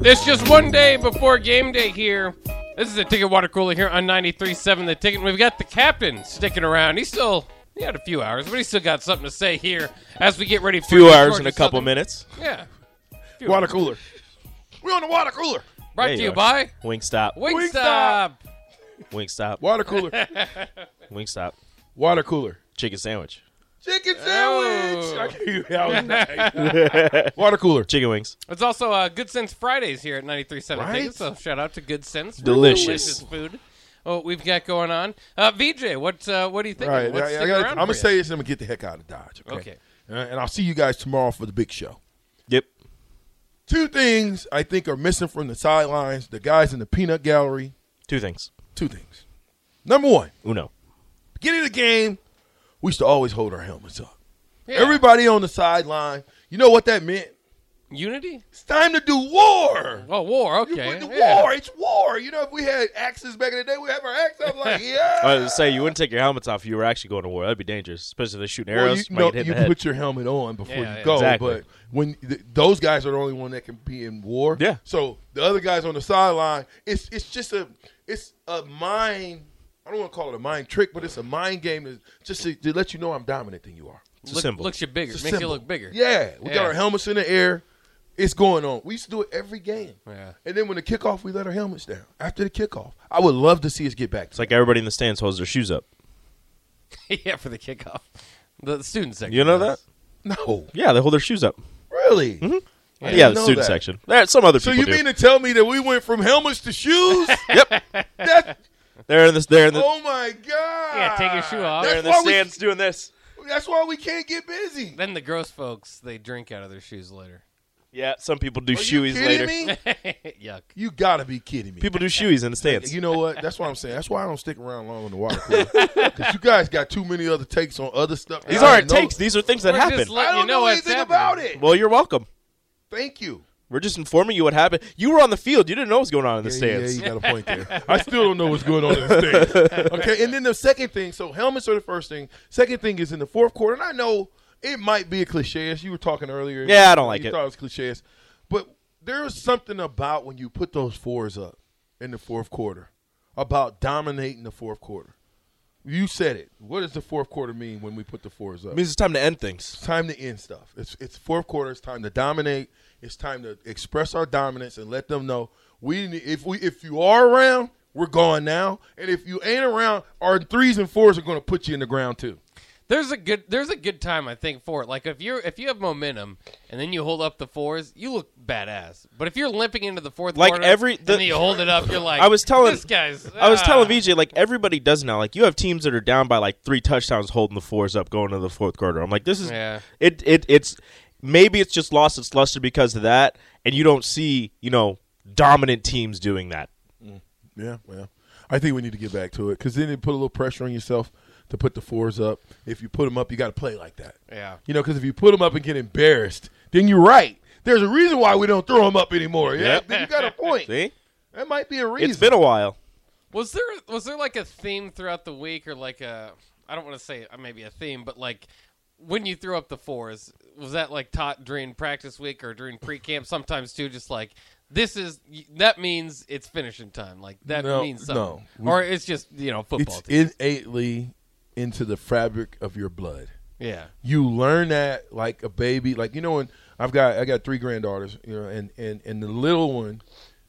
It's just one day before game day here. This is the Ticket Water Cooler here on 93.7 The Ticket. and We've got the captain sticking around. He's still, he had a few hours, but he's still got something to say here as we get ready for few the hours Georgia and a couple Southern- minutes. Yeah. Water cooler. We're on the water cooler. Brought There to you you uh, are. by Wingstop. Wingstop. Wingstop. Water cooler. Wingstop. water cooler. Uh, Chicken sandwich. Chicken Oh. sandwich. I knew that was nice. water cooler. Chicken wings. It's also uh, Good Sense Fridays here at 93.7 The Ticket, Right? so shout out to Good Sense. for Delicious. Delicious food. What we've got going on. Uh, VJ, what, uh, what do you think? All right. What's I, sticking am around gonna for you? say this and I'm gonna get the heck out of Dodge. Okay. Okay. Uh, and I'll see you guys tomorrow for the big show. Yep. Two things I think are missing from the sidelines, the guys in the peanut gallery. Two things. Two things. Number one, Uno. beginning of the game, we used to always hold our helmets up. Yeah. Everybody on the sideline, you know what that meant? Unity? It's time to do war. Oh, war. You Okay. win the yeah. war. It's war. You know, if we had axes back in the day, we'd have our axe up like, yeah. I was gonna say you wouldn't take your helmets off if you were actually going to war. That'd be dangerous, especially if they're shooting Well, arrows. you might know, get hit in you the head. put your helmet on before Yeah, yeah. you go, Exactly. but when th- those guys are the only one that can be in war. Yeah. So the other guys on the sideline, it's it's just a it's a mind. I don't want to call it a mind trick, but it's a mind game to just to, to let you know I'm dominant than you are. It's a Look, symbol. looks you bigger. It's a Makes you symbol. look bigger. Yeah, we Yeah. got our helmets in the air. It's going on. We used to do it every game. Yeah. And then when the kickoff, we let our helmets down after the kickoff. I would love to see us get back. it's To like everybody in the stands holds their shoes up. yeah, for the kickoff. The student section. You know that? no, Yeah, they hold their shoes up. really. Yeah, didn't the know student that. section. There, some other So Mm-hmm. people you do. mean to tell me that we went from helmets to shoes? yep. That They're in this. They're in the. oh my god! Yeah, take your shoe off. they're in That's the why we- stands doing this. That's why we can't get busy. Then the gross folks, they drink out of their shoes later. Yeah, some people do Are you shoeies kidding later. me? Yuck. You gotta be kidding me. People do shoeies in the stands. you know what? That's what I'm saying. That's why I don't stick around long on the water cooler. 'Cause you guys got too many other takes on other stuff. that These I aren't know- takes. These are things that We're happen. just I letting don't you know, know what's anything happening. about it. well, you're welcome. Thank you. We're just informing you what happened. You were on the field. You didn't know what was going on in the Yeah, stands. Yeah, you got a point there. I still don't know what's going on in the stands. Okay, and then the second thing. So helmets are the first thing. Second thing is in the fourth quarter, and I know it might be a cliche. As you were talking earlier, Yeah, I don't like you it. Thought it was cliche, but there was something about when you put those fours up in the fourth quarter about dominating the fourth quarter. You said it. What does the fourth quarter mean when we put the fours up? It means it's time to end things. It's time to end stuff. It's it's fourth quarter. It's time to dominate. It's time to express our dominance and let them know we ne- if we if you are around, we're gone now. And if you ain't around, our threes and fours are going to put you in the ground too. There's a good there's a good time I think for it. Like if you're if you have momentum and then you hold up the fours, you look badass. But if you're limping into the fourth Like quarter every- and the- then you hold it up, you're like I was telling- this guy's I was ah. telling VJ like everybody does now. Like you have teams that are down by like three touchdowns, holding the fours up, going into the fourth quarter. I'm like, this is Yeah. it. It it's maybe it's just lost its luster because of that, and you don't see you know dominant teams doing that. Yeah, well, I think we need to get back to it because then it put a little pressure on yourself to put the fours up. If you put them up, you got to play like that. Yeah. you know, because if you put them up and get embarrassed, then you're right. There's a reason why we don't throw them up anymore. Yeah, Yep. Then you got a point. See, That might be a reason. it's been a while. Was there was there like a theme throughout the week, or like a I don't want to say uh, maybe a theme, but like when you threw up the fours, was that like taught during practice week or during pre camp? Sometimes too, just like this is that means it's finishing time. Like that No, means something, no. We- or it's just you know football. it's Team. innately into the fabric of your blood. yeah, You learn that like a baby, like you know. when I've got I got three granddaughters, you know, and and and the little one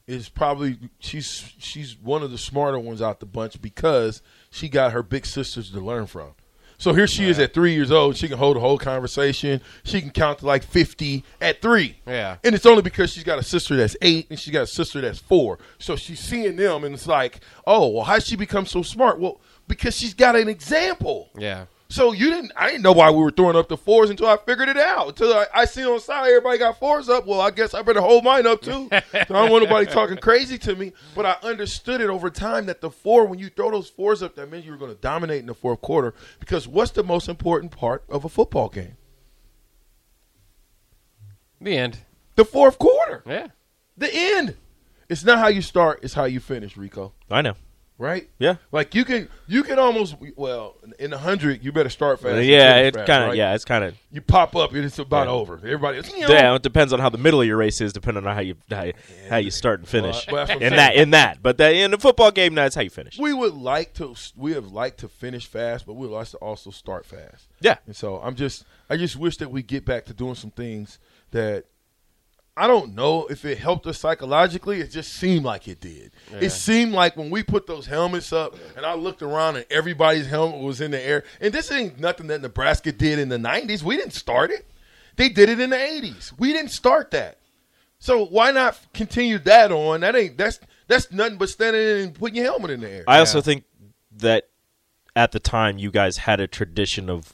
is probably she's she's one of the smarter ones out the bunch because she got her big sisters to learn from. So here she is at three years old. She can hold a whole conversation. She can count to like fifty at three. Yeah. And it's only because she's got a sister that's eight and she's got a sister that's four. So she's seeing them and it's like, oh, well, how'd she become so smart? Well, because she's got an example. yeah. So you didn't. I didn't know why we were throwing up the fours until I figured it out. Until I, I seen on the side everybody got fours up. Well, I guess I better hold mine up too. so I don't want nobody talking crazy to me. But I understood it over time that the four, when you throw those fours up, that means you were going to dominate in the fourth quarter. Because what's the most important part of a football game? The end. The fourth quarter, Yeah. the end. It's not how you start; it's how you finish, Rico. I know. Right? Yeah. Like you can, you can almost. Well, in the hundred, you better start fast. and yeah, finish it fast, kind of. right? Yeah, it's kind of. you pop up and it's about over. Everybody, else, you know, Yeah, it depends on how the middle of your race is, depending on how you how you, how you start and finish. Well, that's what I'm in saying. that, in that, but that in the football game, that's how you finish. we would like to. We have liked to finish fast, but we would like to also start fast. Yeah. And so I'm just, I just wish that we get back to doing some things that I don't know if it helped us psychologically. It just seemed like it did. It seemed like when we put those helmets up and I looked around and everybody's helmet was in the air. And this ain't nothing that Nebraska did in the 90s. We didn't start it. They did it in the 80s. We didn't start that. So why not continue that on? That ain't that's that's nothing but standing in and putting your helmet in the air. I also think that at the time you guys had a tradition of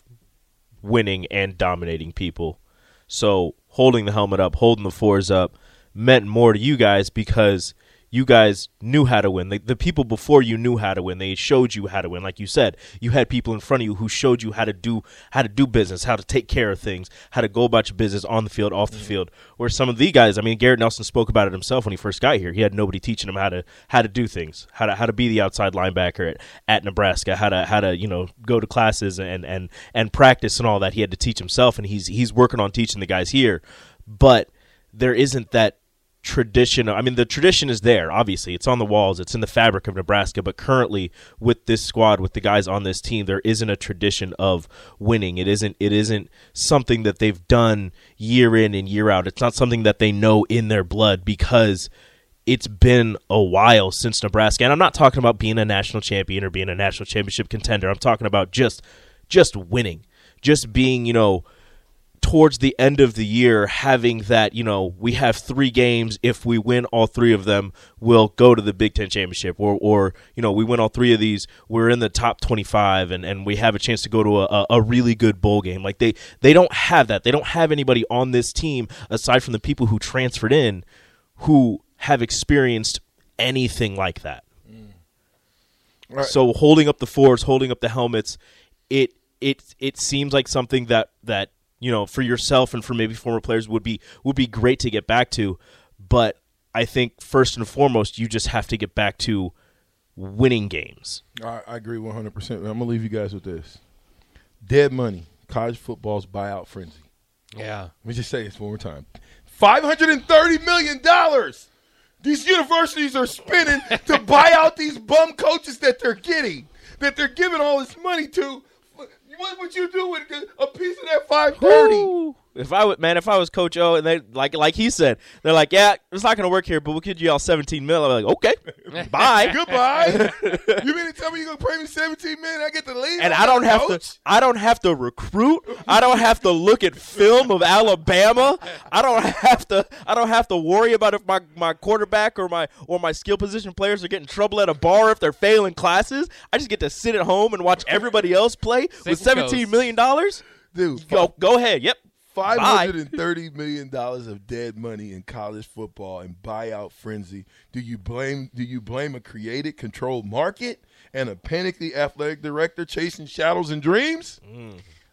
winning and dominating people. So holding the helmet up, holding the fours up meant more to you guys because you guys knew how to win. The, the people before you knew how to win. They showed you how to win. Like you said, you had people in front of you who showed you how to do how to do business, how to take care of things, how to go about your business on the field, off the field. Where some of the guys, I mean, Garrett Nelson spoke about it himself when he first got here. He had nobody teaching him how to how to do things, how to how to be the outside linebacker at, at Nebraska, how to how to you know go to classes and and and practice and all that. He had to teach himself, and he's he's working on teaching the guys here. But there isn't that tradition. I mean, the tradition is there. Obviously, it's on the walls. It's in the fabric of Nebraska. But currently, with this squad, with the guys on this team, there isn't a tradition of winning. It isn't. It isn't something that they've done year in and year out. It's not something that they know in their blood because it's been a while since Nebraska. And I'm not talking about being a national champion or being a national championship contender. I'm talking about just just winning, just being you know towards the end of the year having that you know we have three games if we win all three of them we'll go to the big ten championship or or you know we win all three of these we're in the top 25 and and we have a chance to go to a, a- a really good bowl game like they they don't have that they don't have anybody on this team aside from the people who transferred in who have experienced anything like that Mm. Right. so holding up the fours, holding up the helmets, it it it seems like something that that you know for yourself and for maybe former players would be would be great to get back to, but I think first and foremost you just have to get back to winning games. I, I agree 100%. I'm going to leave you guys with this. Dead money. College football's buyout frenzy. Yeah. Let me just say this one more time. $530 million these universities are spending to buy out these bum coaches that they're getting, that they're giving all this money to. What would you do with a piece of that 530? Woo! If I would, man, if I was Coach O, and they like, like he said, they're like, yeah, it's not going to work here, but we'll give you all seventeen mil. I'm like, okay, bye, Goodbye. you mean to tell me you're going to pay me 17 million? I get to leave? and I'm I don't not a have coach? to. I don't have to recruit. I don't have to look at film of Alabama. I don't have to. I don't have to worry about if my, my quarterback or my or my skill position players are getting trouble at a bar if they're failing classes. I just get to sit at home and watch everybody else play Safe with seventeen goes. million dollars. Dude, Go go ahead. Yep. Five Bye. hundred and thirty million dollars of dead money in college football and buyout frenzy. Do you blame? Do you blame a created, controlled market and a panicky athletic director chasing shadows and dreams?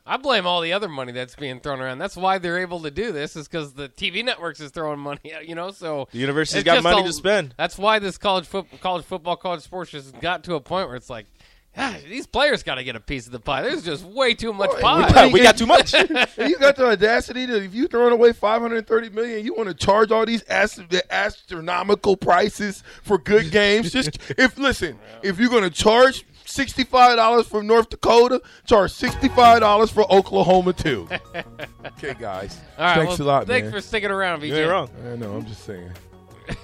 I blame all the other money that's being thrown around. That's why they're able to do this, is because the TV networks is throwing money. out, You know, so The university's it's got just money to spend. That's why this college football, college football, college sports just got to a point where it's like, "Ah, these players got to get a piece of the pie. There's just way too much pie. we got too much. And you got the audacity to if you throwing away five hundred thirty million, you want to charge all these ast- the astronomical prices for good games. Just if listen, if you're gonna charge. Sixty-five dollars from North Dakota. Charge sixty-five dollars for Oklahoma too. okay, guys. All right, thanks well, a lot, Thanks man. for sticking around, VJ. You ain't wrong. I know. I'm just saying.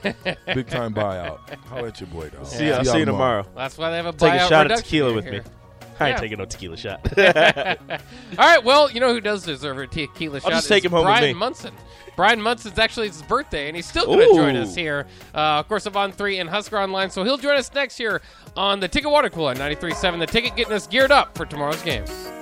Big time buyout. Holla at your boy, dog. See, ya- I'll see you tomorrow. That's why they have a buyout Take a shot of reduction tequila with here. me. I ain't Yeah. taking no tequila shot. All right, well, you know who does deserve a tequila shot? just take is him home with Brian me. Munson. Brian Munson's actually it's his birthday, and he's still going to join Ooh. us here, uh, of course, Avon 3 and Husker Online. So he'll join us next year on the Ticket Water Cooler at 93.7. The Ticket getting us geared up for tomorrow's games.